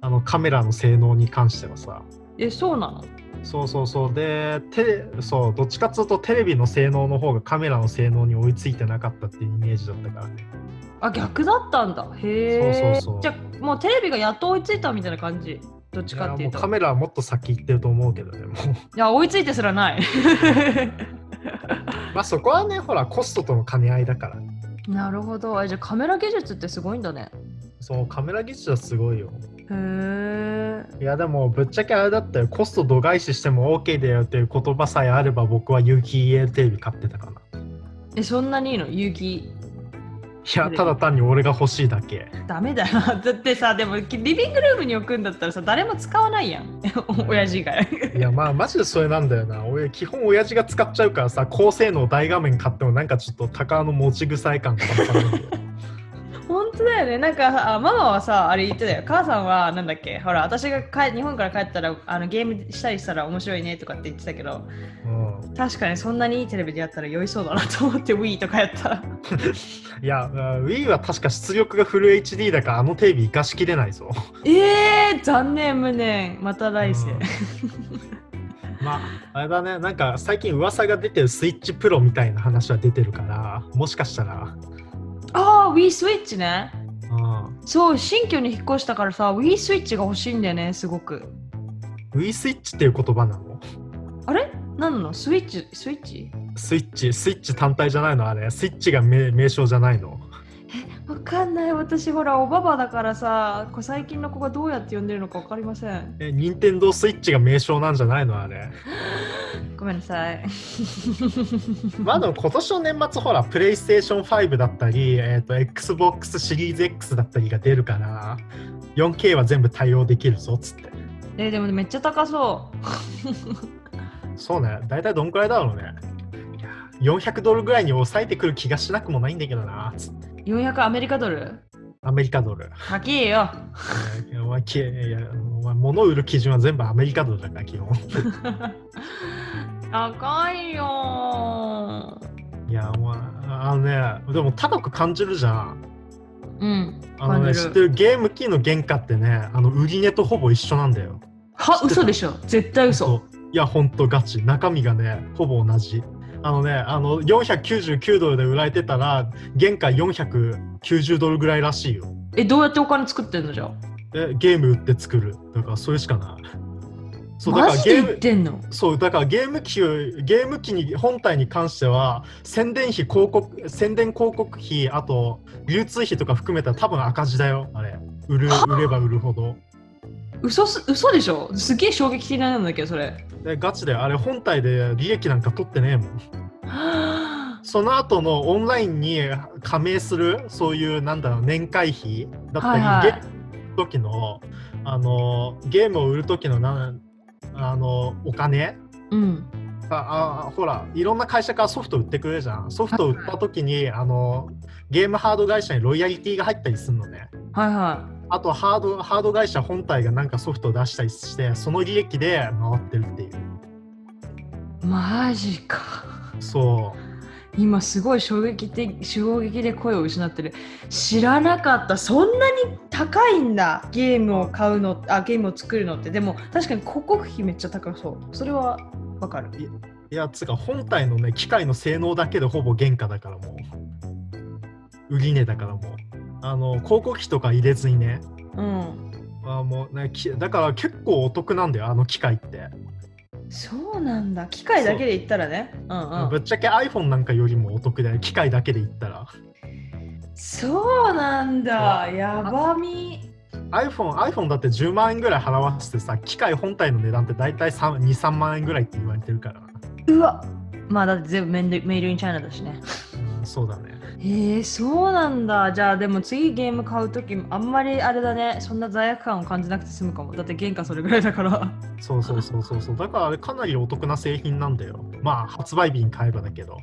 S4: あのカメラの性能に関してはさ
S5: えそうなの
S4: そうそうそうでテレそうどっちかっつうとテレビの性能の方がカメラの性能に追いついてなかったっていうイメージだったからね
S5: あ逆だったんだへえ
S4: そうそうそう
S5: じゃあもうテレビがやっと追いついたみたいな感じどっち
S4: いや
S5: かってい
S4: も
S5: う
S4: う
S5: と
S4: カメラはもっと先行ってると思うけどねも
S5: い
S4: う
S5: や追いついてすらない
S4: まあそこはねほらコストとの兼ね合いだから
S5: なるほどあじゃあカメラ技術ってすごいんだね
S4: そうカメラ技術はすごいよ
S5: へえ
S4: いやでもぶっちゃけあれだったよコスト度外視しても OK だよっていう言葉さえあれば僕は有機 EL テレビ買ってたかな
S5: えそんなにいいの勇気
S4: いやただ単に俺が欲しいだけ
S5: ダメだよだってさでもリビングルームに置くんだったらさ誰も使わないやん 親父以外
S4: いやまあマジでそれなんだよな俺基本親父が使っちゃうからさ高性能大画面買ってもなんかちょっと高の持ち臭い感が半端ないんだよ
S5: 本当だよねなんかあママはさあれ言ってたよ母さんはなんだっけほら私が帰日本から帰ったらあのゲームしたりしたら面白いねとかって言ってたけど
S4: うん
S5: 確かにそんなにいいテレビでやったら酔いそうだなと思って Wii とかやったら
S4: いやうん Wii は確か出力がフル HD だからあのテレビ生かしきれないぞ
S5: えー、残念無念また来世、
S4: うんまああれだねなんか最近噂が出てるスイッチプロみたいな話は出てるからもしかしたら
S5: ああ Wii スイッチね
S4: うん
S5: そう新居に引っ越したからさ Wii スイッチが欲しいんだよねすごく
S4: Wii スイッチっていう言葉なの
S5: あれ何なのスイッチスイッチ
S4: スイッチ、スイッチ単体じゃないのあれ、スイッチが名名称じゃないの。
S5: わかんない私ほらおばばだからさこう最近の子がどうやって呼んでるのかわかりません
S4: え、任天堂スイッチが名称なんじゃないのあれ。
S5: ごめんなさい
S4: まあでも今年の年末ほら、プレイステーション5だったり、えっ、と、Xbox シリーズ X だったりが出るから、4K は全部対応できるぞ、つって。
S5: えでもめっちゃ高そう
S4: そうね、大体どんくらいだろうね。いや400ドルぐらいに抑えてくる気がしなくもないんだけどな、つって
S5: 400アメリカドル
S4: アメリカドル。
S5: 高えよ
S4: いやお前きいやお前物売る基準は全部アメリカドルだから基本
S5: 高いよ
S4: いやお前あのねでも高く感じるじゃん
S5: うん
S4: あのね
S5: 感じ
S4: 知
S5: る
S4: ってるゲーム機の原価ってねあの売り値とほぼ一緒なんだよ
S5: は嘘でしょ絶対嘘
S4: そういやほんとガチ中身がねほぼ同じあのねあの499ドルで売られてたら原価490ドルぐらいらしいよ
S5: えどうやってお金作ってんのじゃあ
S4: でゲーム売って作るだからそれしかないそうだか
S5: マ
S4: ら
S5: ジ
S4: ゲ
S5: で
S4: ーム
S5: 言ってんの
S4: そうだからゲーム機をゲーム機に本体に関しては宣伝費広告宣伝広告費あと流通費とか含めたら多分赤字だよあれ売る売れば売るほど
S5: 嘘す嘘でしょすげえ衝撃的なんだけど それ
S4: でガチであれ本体で利益なんか取ってねえもん
S5: はあ
S4: その後のオンラインに加盟するそういうなんだろう年会費だったり、
S5: はいはい
S4: ゲームを売る時のあのゲームを売る時のなんあのお金
S5: うん
S4: ああほらいろんな会社からソフト売ってくれるじゃんソフト売った時にあのゲームハード会社にロイヤリティが入ったりするのね
S5: はいは
S4: あとハードハード会社本体がなんかソフトを出したりしてその利益で回ってるっていう
S5: いマジか
S4: そう
S5: 今すごい衝撃的衝撃で声を失ってる知らなかったそんなに高いんだゲームを買うのあゲームを作るのってでも確かに広告費めっちゃ高そうそれはわかる
S4: いやつうか本体のね機械の性能だけでほぼ原価だからもう売り値だからもうあの広告費とか入れずにね
S5: うん
S4: あもうねきだから結構お得なんだよあの機械って、
S5: そうなんだ機械だけで言ったらねうんうん
S4: ぶっちゃけ iPhone なんかよりもお得だよ機械だけで言ったら
S5: そうなんだやばみ
S4: iPhone, iPhone だって10万円ぐらい払わせてさ機械本体の値段って大体23万円ぐらいって言われてるから、
S5: うわまあだって全部メイドメイドインチャイナだしね
S4: うんそうだね
S5: へえそうなんだじゃあでも次ゲーム買う時あんまりあれだねそんな罪悪感を感じなくて済むかもだって原価それぐらいだから
S4: そうそうそうそうそうだからあれかなりお得な製品なんだよまあ発売日に買えばだけど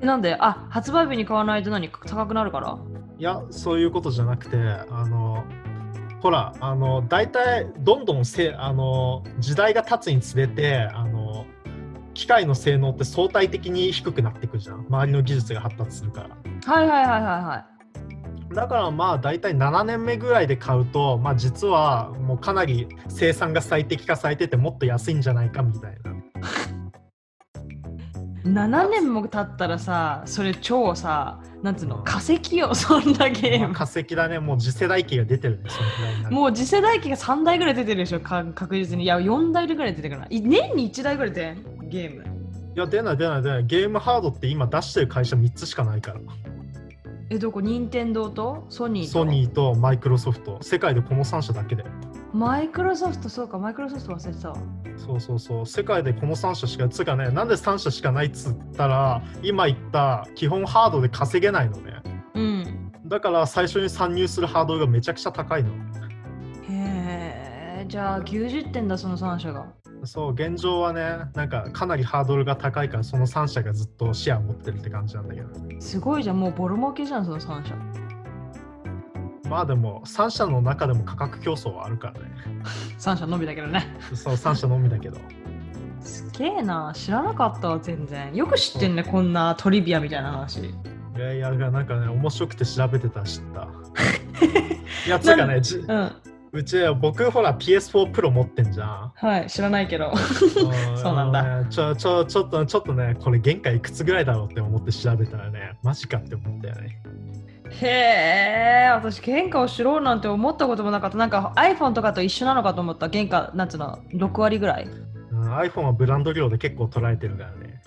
S5: なんであ発売日に買わないと何高くなるから
S4: いやそういうことじゃなくてあのほらあの大体どんどんせあの時代が経つにつれてあの機械の性能って相対的に低くなってくじゃん周りの技術が発達するから
S5: はいはいはいはいは
S4: だからまあ大体7年目ぐらいで買うと、まあ、実はもうかなり生産が最適化されててもっと安いんじゃないかみたいない
S5: 7年も経ったらさそれ超さなんつうの化石よそんなゲー
S4: まあ
S5: ム
S4: 化石だねもう次世代機が出てるねそのくらいになる
S5: もう次世代機が3台ぐらい出てるでしょか確実にいや4台ぐらい出てるかない年に1台ぐらい出んゲーム
S4: いや出ない出ない出ないゲームハードって今出してる会社3つしかないから
S5: えどこ任天堂とソニーと
S4: ソニーとマイクロソフト世界でこの3社だけで
S5: マイクロソフトそうかマイクロソフト忘れてたわ
S4: そうそうそう世界でこの3社しかつうかねなんで3社しかないっつったら今言った基本ハードで稼げないのね
S5: うん
S4: だから最初に参入するハードルがめちゃくちゃ高いの
S5: へえじゃあ90点だその3社が
S4: そう、現状はね、なんかかなりハードルが高いから、その3社がずっとシェア持ってるって感じなんだけど、
S5: すごいじゃんもうボロ儲けじゃんその3社
S4: まあでも、3社の中でも価格競争はあるからね。
S5: 3社のみだけどね
S4: そう、3社のみだけど。
S5: すげえな知らなかったわ全然よく知ってんねこんなトリビアみたいな話
S4: いやいや、なんかね、面白くて調べてたら 知った。いや、つうかね、じ
S5: うん
S4: うち、僕、ほら、PS4 Pro 持ってんじ ゃん。
S5: はい知らないけど
S4: そう
S5: なんだ
S4: ちょ、ちょ、ちょっと、ちょっとね、これ、限界いくつぐらいだろうって思って調べたらね、マジかって思ったよね。
S5: へえ私喧嘩をしろうなんて思ったこともなかったなんか iPhone とかと一緒なのかと思った喧嘩なんつうの6割ぐらい
S4: うん、iPhone はブランド量で結構取られてるからね。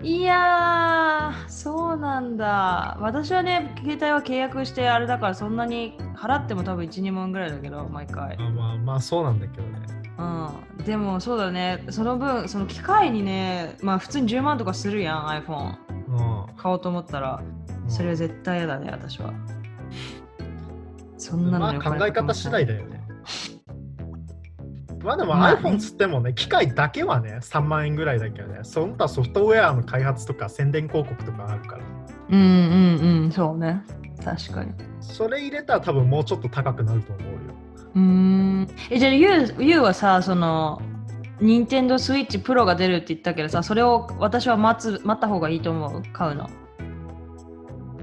S5: いやー、そうなんだ。私はね、携帯は契約してあれだから、そんなに払っても多分1、2万ぐらいだけど、毎回。
S4: あまあまあそうなんだけどね。
S5: うん。でもそうだね、その分、その機械にね、まあ普通に10万とかするやん、iPhone。
S4: う
S5: 買おうと思ったら、
S4: ん。
S5: それは絶対嫌だね、私は。そんな
S4: ま
S5: の
S4: あ
S5: よ
S4: 考え方次第だよね。まあでも
S5: まあ
S4: iPhone つってもね、機械だけはね、3万円ぐらいだけどね、その他ソフトウェアの開発とか宣伝広告とかあるから、
S5: うんうんうん、そうね。確かに。
S4: それ入れたら多分もうちょっと高くなると思うよ。
S5: うーんえじゃあユウユウはさその任天堂スイッチプロが出るって言ったけどさそれを私は待つ待った方がいいと思う買うの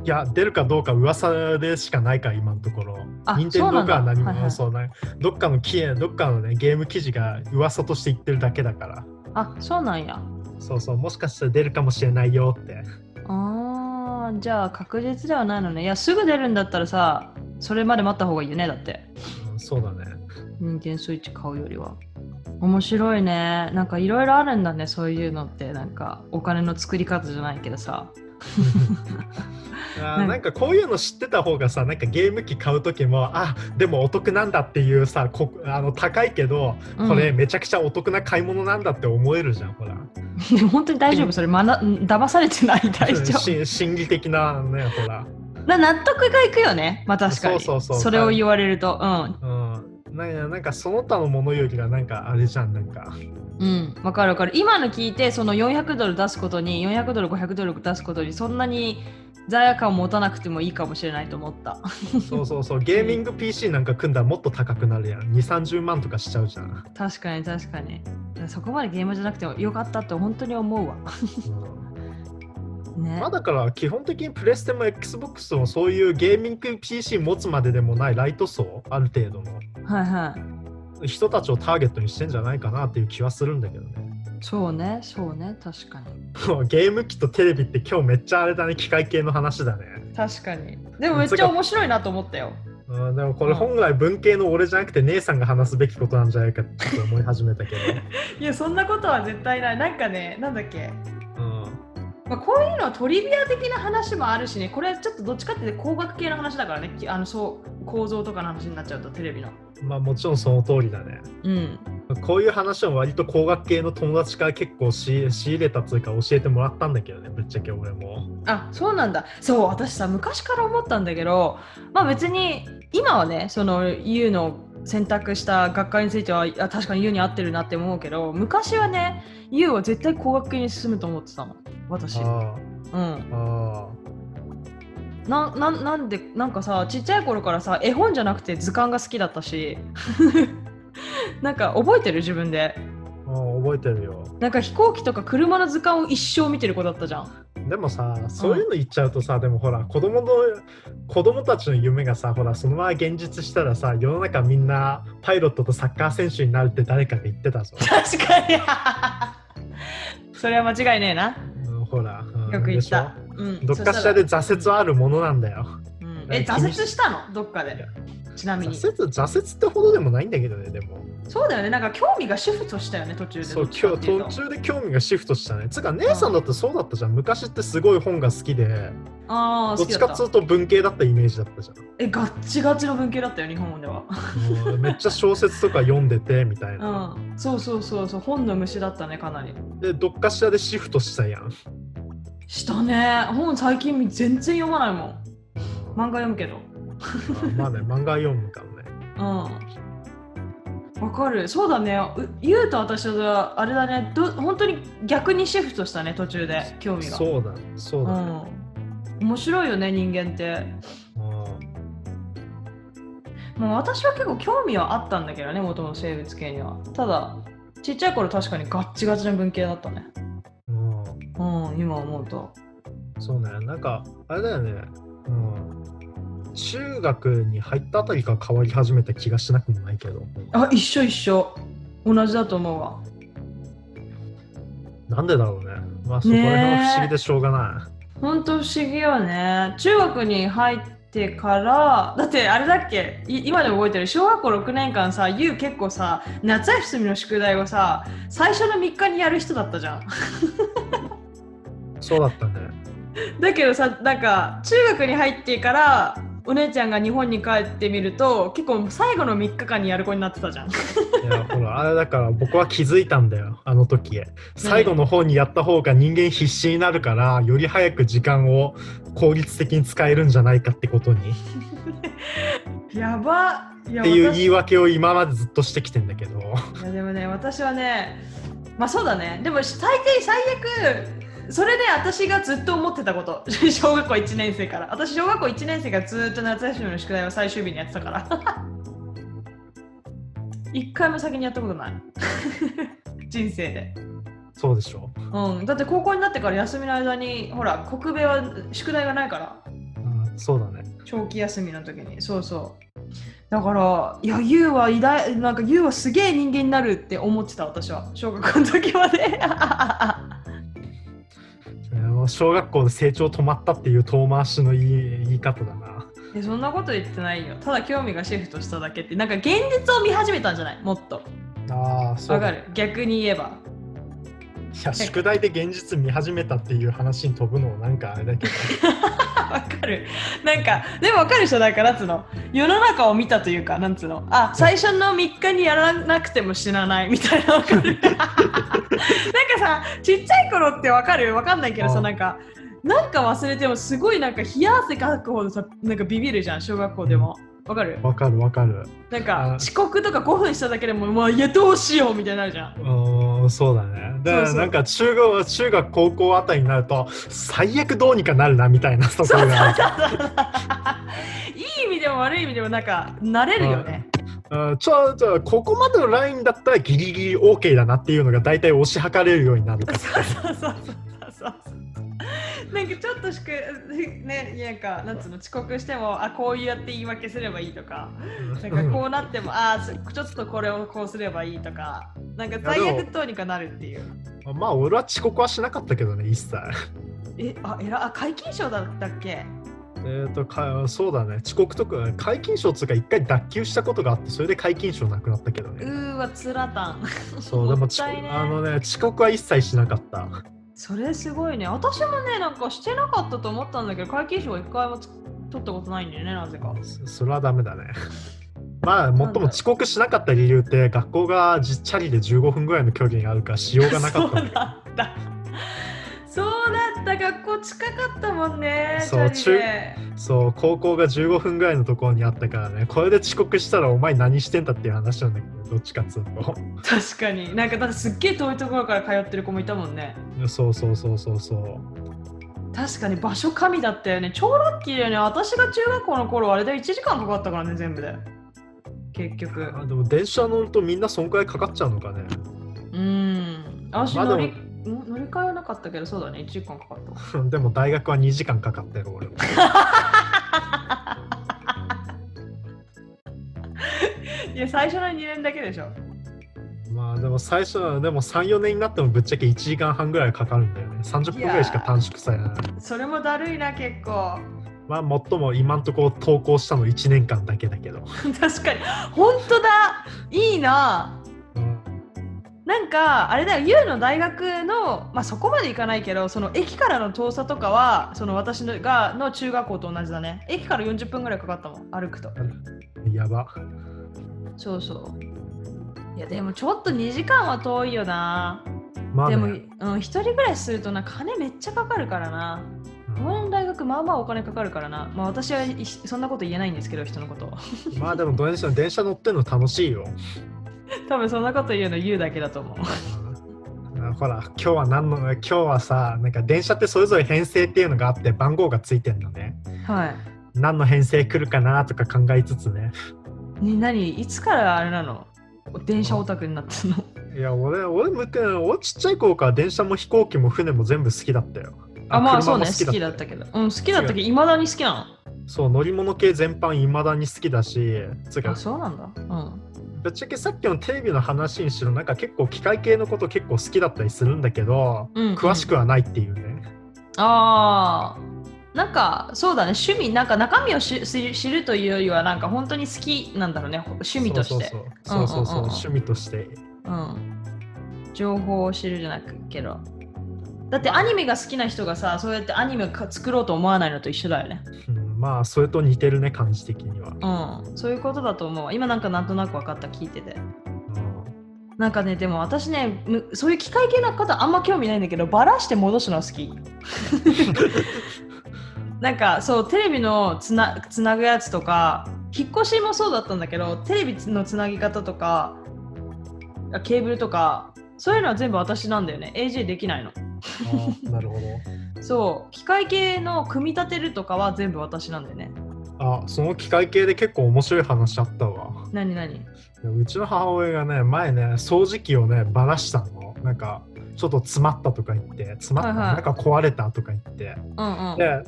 S4: いや、出るかどうか噂でしかないから、今のところ。
S5: あ
S4: 任天堂
S5: そうな
S4: が
S5: んだ
S4: 何も、
S5: はいはい
S4: そうね、どっかの記どっかのね、ゲーム記事が噂として言ってるだけだから、
S5: あそうなんや
S4: そうそう、もしかしたら出るかもしれないよって。
S5: あーじゃあ確実ではないのねいやすぐ出るんだったらさそれまで待った方がいいよねだって
S4: うんそうだね。
S5: 任天堂スイッチ買うよりは面白いねなんかいろいろあるんだねそういうのってなんかお金の作り方じゃないけどさ
S4: あーなんかこういうの知ってた方がさなんかゲーム機買う時もあでもお得なんだっていうさこあの高いけど
S5: うん
S4: これめちゃくちゃお得な買い物なんだって思えるじゃん、ほら
S5: でも 本当に大丈夫それまな騙されて ない大丈夫
S4: し心理的なねほら、
S5: な納得がいくよね、まあ、確かに
S4: そうそうそう
S5: れを言われると、
S4: うん、なんやなんかその他のものよりがなんかあれじゃんなんか
S5: うんうんわかるわかる今の聞いてその400ドル出すことに400ドル500ドル出すことにそんなに罪悪感を持たなくてもいいかもしれないと思った
S4: そうそうそうゲーミング PC なんか組んだらもっと高くなるやん2 3 0万とかしちゃうじゃん、うん
S5: 確かに確かにそこまでゲームじゃなくてもよかったって本当に思うわね
S4: まあ、だから基本的にプレステも XBOX もそういうゲーミング PC 持つまででもないライト層ある程度の
S5: はいはい
S4: 人たちをターゲットにしてんじゃないかなっていう気はするんだけどね。
S5: そうねそうね確かに
S4: ゲーム機とテレビって今日めっちゃあれだね、機械系の話だね。
S5: 確かにでも
S4: め
S5: め
S4: っ
S5: っ
S4: ち
S5: ち
S4: ゃ
S5: ゃ
S4: 面
S5: 面白いなと思ったよ
S4: うん、でもこれ
S5: うん
S4: 本来文系の俺じゃなくて姉さんが話すべきことなんじゃないかって思い始めたけ
S5: いやそんなことは絶対ないなんかねなんだっけ
S4: ど。 うん、
S5: まあ、こういうのはトリビア的な話もあるしね、これちょっとどっちかっていうと工学系の話だからね、きあのそう構造とかの話になっちゃうとテレビの。
S4: まあもちろんその通りだね。
S5: うん。
S4: こういう話を割と工学系の友達から結構し仕入れたつうか教えてもらったんだけどね、ぶっちゃけ俺も。
S5: あ、そうなんだ。そう、私さ、昔から思ったんだけど、まあ別に今はね、その U の選択した学科については、あ確かに U に合ってるなって思うけど、昔はね、U は絶対工学系に進むと思ってたの、私。
S4: あ
S5: うん。
S4: あ、あ
S5: なななんでなんかさちっちゃい頃からさ絵本じゃなくて図鑑が好きだったし なんか覚えてる自分で
S4: あ、うん覚えてるよ。
S5: なんか飛行機とか車の図鑑を一生見てる子だったじゃん
S4: でもさ、そういうの言っちゃうとさ、でもほら、子供の、子供たちの夢がさ、ほら、そのまま現実したらさ、世の中みんなパイロットとサッカー選手になるって誰かが言ってたぞ。
S5: 確かにそれは間違いねえな
S4: うん、ほら、うん
S5: よく言った、
S4: でし
S5: うん、
S4: ょどっかしらで
S5: そ
S4: 挫折はあるものなんだよ。
S5: したら、うんえ挫折したのどっかでちなみに
S4: 挫折、挫折ってほどでもないんだけどね、でも。
S5: そうだよねなんか興味がシフトしたよね途中で
S4: そう、
S5: どっちか
S4: 今日
S5: っていうと
S4: 途中で興味がシフトしたね。つうか、姉さんだってそうだったじゃん。昔ってすごい本が好きで、
S5: ああ好
S4: どっ
S5: き
S4: ち
S5: だ
S4: か
S5: っ
S4: っつ
S5: た
S4: うと文系だったイメージだったじゃん。
S5: えガッチガチの文系だったよ日本では
S4: うんめっちゃ小説とか読んでて、みたいな。
S5: うんそうそうそうそう本の虫だったねかなり
S4: で、どっかしらでシフトした やん。
S5: したね本最近全然読まないもん漫画読むけど
S4: あまあね、漫画読むからね。
S5: うんわかるそうだねうゆうと私はあれだねど本当に逆にシフトしたね途中で興味がう、
S4: そうだ、そうだ、ね
S5: ん、面白いよね人間って
S4: うん
S5: もう私は結構興味はあったんだけどね元の生物系にはただちっちゃい頃確かにガッチガチな文系だったね
S4: うん。
S5: うん今思うと
S4: そうね、なんか、あれだよね。うん。中学に入ったあたりから変わり始めた気がしなくもないけど。
S5: あ一緒一緒同じだと思うわ
S4: なんでだろうね。まあ、そこら辺は不思議でしょうがな
S5: ほんと不思議よね中学に入ってからだってあれだっけい今でも覚えてる小学校6年間さゆう結構さ夏休みの宿題をさ最初の3日にやる人だったじゃん
S4: い。そうだったね。
S5: だけどさなんか中学に入ってからお姉ちゃんが日本に帰ってみると結構最後の3日間にやる子になってたじゃん
S4: いや、ほら、あれだから僕は気づいたんだよ、あの時。最後の方にやった方が人間必死になるから、より早く時間を効率的に使えるんじゃないかってことに。
S5: やばいや
S4: っていう
S5: 私
S4: 言い訳を今までずっとしてきてんだけど。
S5: いやでもね私はねまあそうだねでも最低最悪それで私がずっと思ってたこと 小学校1年生から私小学校1年生からずっと夏休みの宿題を最終日にやってたから 一回も先にやったことない 人生で、
S4: そうでしょ。
S5: うん、だって高校になってから休みの間にほら国米は宿題がないから
S4: うん、そうだね。
S5: 長期休みの時にそうそうだからいや YOU は偉大なんか YOU はすげえ人間になるって思ってた私は小学校の時まで
S4: えー小学校で成長止まったっていう遠回しの言い言い方だな。
S5: いやそんなこと言ってないよただ興味がシフトしただけってなんか現実を見始めたんじゃないもっと
S4: ああ、そ
S5: わ
S4: うだ
S5: かる逆に言えば
S4: いや宿題で現実見始めたっていう話に飛ぶのもなんかあれだけ
S5: わかるなんかでもわかる人だからなんつうの世の中を見たというかなんつうのあ最初の3日にやらなくても死なないみたいなわか るなんかさちっちゃい頃ってわかるわかんないけど
S4: う
S5: さ
S4: ん
S5: なんかなんか忘れてもすごいなんか冷や汗かくほどさなんかビビるじゃん小学校でもわかる
S4: どわかるわかる
S5: なん
S4: あ
S5: か遅刻とか5分しただけでもまあいやどうしようみたいになるじゃん
S4: うーんそうだねだから
S5: そうそう
S4: なんか中学中学高校あたりになると最悪どうにかなるなみたいなところがある
S5: いい意味でも悪い意味でもなんか慣れるよね
S4: うんちょちょここまでのラインだったらギリギリ OK だなっていうのが大体推し量れるようになるから
S5: そうそうそうそうそう。なんかちょっとしくねなんかなんつうの遅刻してもあこうやって言い訳すればいいとか なんかこうなってもあすちょっとこれをこうすればいいとかなんか
S4: い
S5: 最
S4: やで
S5: 悪
S4: も
S5: どうにかなるっていう
S4: うんまあ俺は遅刻はしなかったけどね一切
S5: えあえらあ皆勤賞だったっけ
S4: えっとかそうだね遅刻とか皆勤賞っつうか一回脱臼したことがあってそれで皆勤賞なくなったけど
S5: う
S4: ね
S5: ーわつらたん
S4: そうでも
S5: もっ
S4: 遅
S5: たいね
S4: あのね遅刻は一切しなかった
S5: それすごいね私もねなんかしてなかったと思ったんだけど皆勤賞は一回もつ取ったことないんだよねなぜか
S4: そそれはダメだね。 まあ、もっとも遅刻しなかった理由って、学校がじチャリで15分ぐらいの距離にあるから、しようがなかっ た
S5: そう
S4: んだよ。
S5: だったそうだった学校近かったもんね
S4: そう
S5: チャリで
S4: そう、高校が15分ぐらいのところにあったからね、これで遅刻したらお前何してんだっていう話なんだけど、どっちかっつうと。
S5: 確かになんかだってすっげえ遠いところから通ってる子もいたもんね
S4: そうそうそうそうそう。
S5: 確かに場所神だったよね超ラッキーだよね私が中学校の頃あれで1時間かかったからね全部で結局う
S4: あでも電車乗るとみんなそんくらいかかっちゃうのかね。
S5: ーん私
S4: まあ
S5: 乗
S4: で
S5: り,
S4: も
S5: ん、乗り換えはなかったけどそうだね1時間かかった
S4: でも大学は2時間かかったよ、俺も。
S5: いや最初の2年だけでしょ
S4: まあでも最初は、でも3、4年になってもぶっちゃけ1時間半ぐらいかかるんだよね。30分ぐらいしか短縮されない。
S5: それもだるいな結構
S4: まあ、もっとも今んとこ投稿したの1年間だけだけど。
S5: 確かに本当だいいななんかあれだよ YOU の大学の、まあ、そこまで行かないけどその駅からの遠さとかはその私のがの中学校と同じだね駅から40分ぐらいかかったもん歩くと
S4: やば。
S5: そうそういやでもちょっと2時間は遠いよな、
S4: まあ、ね、
S5: でも、うん、1人暮らしするとな金めっちゃかかるからな俺の大学まあまあお金かかるからなまあ私はいそんなこと言えないんですけど人のこと
S4: うんまあでも電車電車乗ってんの楽しいよ。
S5: 多分そんなこと言うの YOU だけだと思う
S4: うんほら今日は何の今日はさなんか電車ってそれぞれ編成っていうのがあって番号がついてんのね
S5: はい
S4: 何の編成来るかなとか考えつつね
S5: ね、何いつからあれなの電車オタクになったの
S4: いや俺俺向け俺ちっちゃい頃から電車も飛行機も船も全部好きだったよ
S5: あまあそうね
S4: 車も
S5: 好きだったけどうん好きだった
S4: 好
S5: けどいまだに好きな
S4: そう乗り物系全般いまだに好きだしつう
S5: の
S4: か
S5: あそうなんだうん
S4: ぶっちゃけさっきのテレビの話にしろなんか結構機械系のこと結構好きだったりするんだけど、
S5: うんうん
S4: 詳しくはないっていうね
S5: あーなんかそうだね趣味なんか中身をしし知るというよりはなんか本当に好きなんだろうねほ趣味として
S4: そうそうそうそうそうそ
S5: うんうんうんうん
S4: う趣味として
S5: うん情報を知るじゃなくけどだってアニメが好きな人がさ、そうやってアニメをか作ろうと思わないのと一緒だよね。
S4: うん、まあそれと似てるね感じ的には、
S5: うん、そういうことだと思う。今なんかなんとなく分かった、聞いてて。
S4: うん
S5: なんかね、でも私ね、むそういう機械系の方あんま興味ないんだけど、バラして戻すの好き。なんかそう、テレビのつなつなぐやつとか、引っ越しもそうだったんだけど、テレビのつなぎ方とか、あケーブルとか、そういうのは全部私なんだよね。AJ できないの。
S4: あなるほ
S5: そう、機械系の組み立てるとかは全部私なんだよね。
S4: どあその機械系で結構面白い話あったわ
S5: 何何
S4: うちの母親がね前ね掃除機をねばらしたのなんかちょっと詰まったとか言って詰まった、
S5: はいはい
S4: なんか壊れたとか言って
S5: うんうん。
S4: で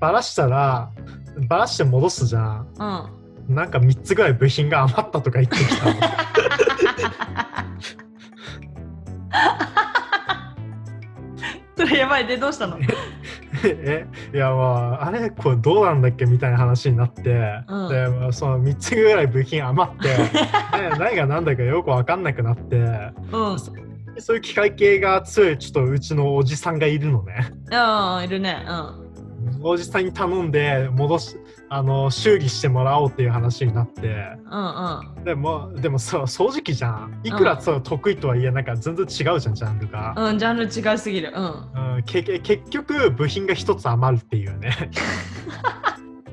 S4: ばらしたらばらして戻すじゃん
S5: うん。
S4: なんか3つぐらい部品が余ったとか言ってきた の
S5: それやばいで、どうしたの
S4: えいやまああれこれどうなんだっけみたいな話になって、
S5: うん
S4: でまあその3つぐらい部品 余ってで何が何だかよく分かんなくなって
S5: うん。
S4: そういう機械系が強いちょっとうちのおじさんがいるのね
S5: うん、いるね。うん。
S4: おじさんに頼んで戻しあの修理してもらおうっていう話になって
S5: うんうん。
S4: でもでもそう掃除機じゃんいくらそう得意とはいえなんか全然違うじゃんジャンルが、
S5: うん、ジャンル違いすぎる。うん。
S4: うん、けけ結局部品が一つ余るっていうね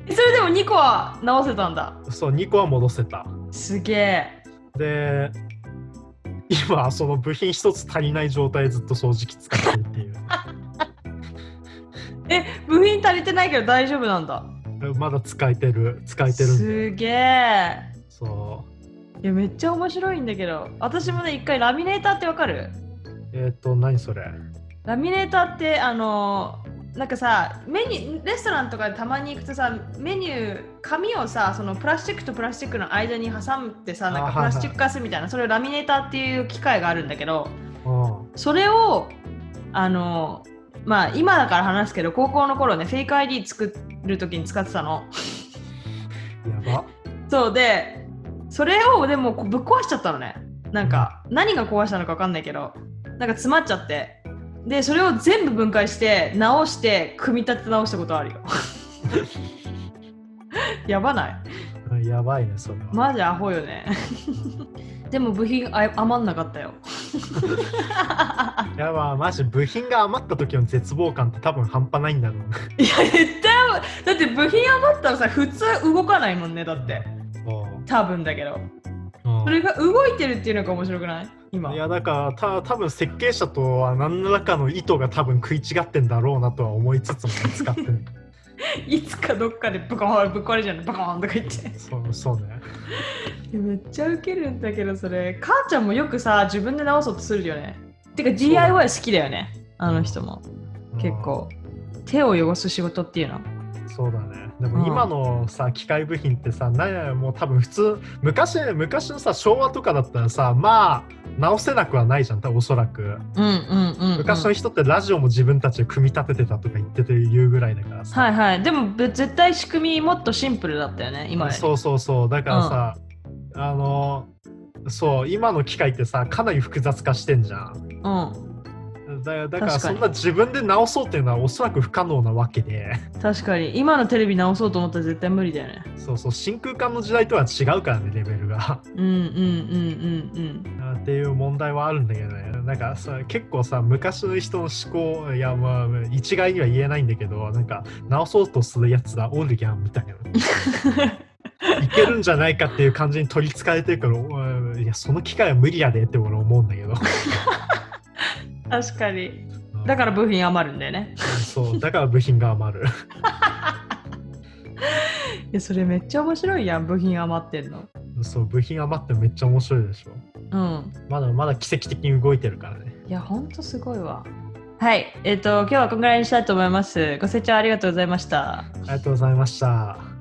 S5: それでも2個は直せたんだ。
S4: そう2個は戻せた
S5: すげえ。
S4: で今その部品一つ足りない状態でずっと掃除機使ってるっていう
S5: え、部品足りてないけど大丈夫なんだ。
S4: まだ使えてる使えてるんです
S5: げえ。
S4: そう
S5: いや、めっちゃ面白いんだけど。私もね、一回ラミネーターってわかる
S4: えっ、と何それ
S5: ラミネーターって、あのーなんかさメニューレストランとかでたまに行くとさメニュー紙をさそのプラスチックとプラスチックの間に挟むってさなん
S4: あは
S5: か
S4: い
S5: プ
S4: はい
S5: ラスチック化するみたいなそれをラミネーターっていう機械があるんだけど、
S4: うん
S5: それをあのまあ今だから話すけど高校の頃ねフェイク ID 作る時に使ってたの
S4: やば
S5: そうでそれをでもこうぶっ壊しちゃったのねなんか何が壊したのか分かんないけどなんか詰まっちゃってでそれを全部分解して直して組み立て直したことあるよ やばない
S4: うんやばいねそれは、
S5: マジアホよね でも部品あ余んなかったよ
S4: いやまあマジ部品が余った時の絶望感って多分半端ないんだろうね
S5: いや絶対余だって部品余ったらさ普通動かないもんねだって
S4: うん
S5: 多分だけど
S4: うん
S5: それが動いてるっていうのが面白くない今
S4: いやだからた多分設計者とは何らかの意図が多分食い違ってんだろうなとは思いつつも、ね、使って る
S5: いつかどっかでブコーンぶっ壊れちゃうのバコーンとか言って
S4: そうそうね
S5: いやめっちゃウケるんだけどそれ母ちゃんもよくさ自分で直そうとするよねてか DIY 好きだよねあの人も
S4: うん
S5: 結構手を汚す仕事っていうの
S4: そうだねで
S5: うん
S4: も今のさ機械部品ってさなんやもう多分普通昔昔のさ昭和とかだったらさまあ直せなくはないじゃん多分おそらく
S5: うんうんうん、うん、
S4: 昔の人ってラジオも自分たちで組み立ててたとか言ってて言うぐらいだからさ、
S5: はいはいでもべ絶対仕組みもっとシンプルだったよね今より
S4: そうそうそうだからさ、あのそう今の機械ってさかなり複雑化してんじゃん
S5: うん
S4: だだ
S5: 確か
S4: か
S5: らに
S4: そんな自分で直そうっていうのはおそらく不可能なわけで
S5: 確かに今のテレビ直そうと思ったら絶対無理だよね
S4: そうそう真空管の時代とは違うからねレベルが
S5: うんうんうんうんうん
S4: あっていう問題はあるんだけどねなんかさ結構さ昔の人の思考いやまあ一概には言えないんだけどなんか直そうとするやつらおるやんみたい ないけるんじゃないかっていう感じに取りつかれてるからおいいやその機械は無理やでって俺思うんだけど
S5: 確かにだから部品余るんだよね
S4: そうだから部品が余る
S5: いやそれめっちゃ面白いやん部品余ってんの
S4: そう部品余ってめっちゃ面白いでしょ
S5: うん
S4: まだまだ奇跡的に動いてるからね
S5: いやほんとすごいわはいえっ、と今日はこんぐらいにしたいと思いますご清聴ありがとうございました
S4: ありがとうございました。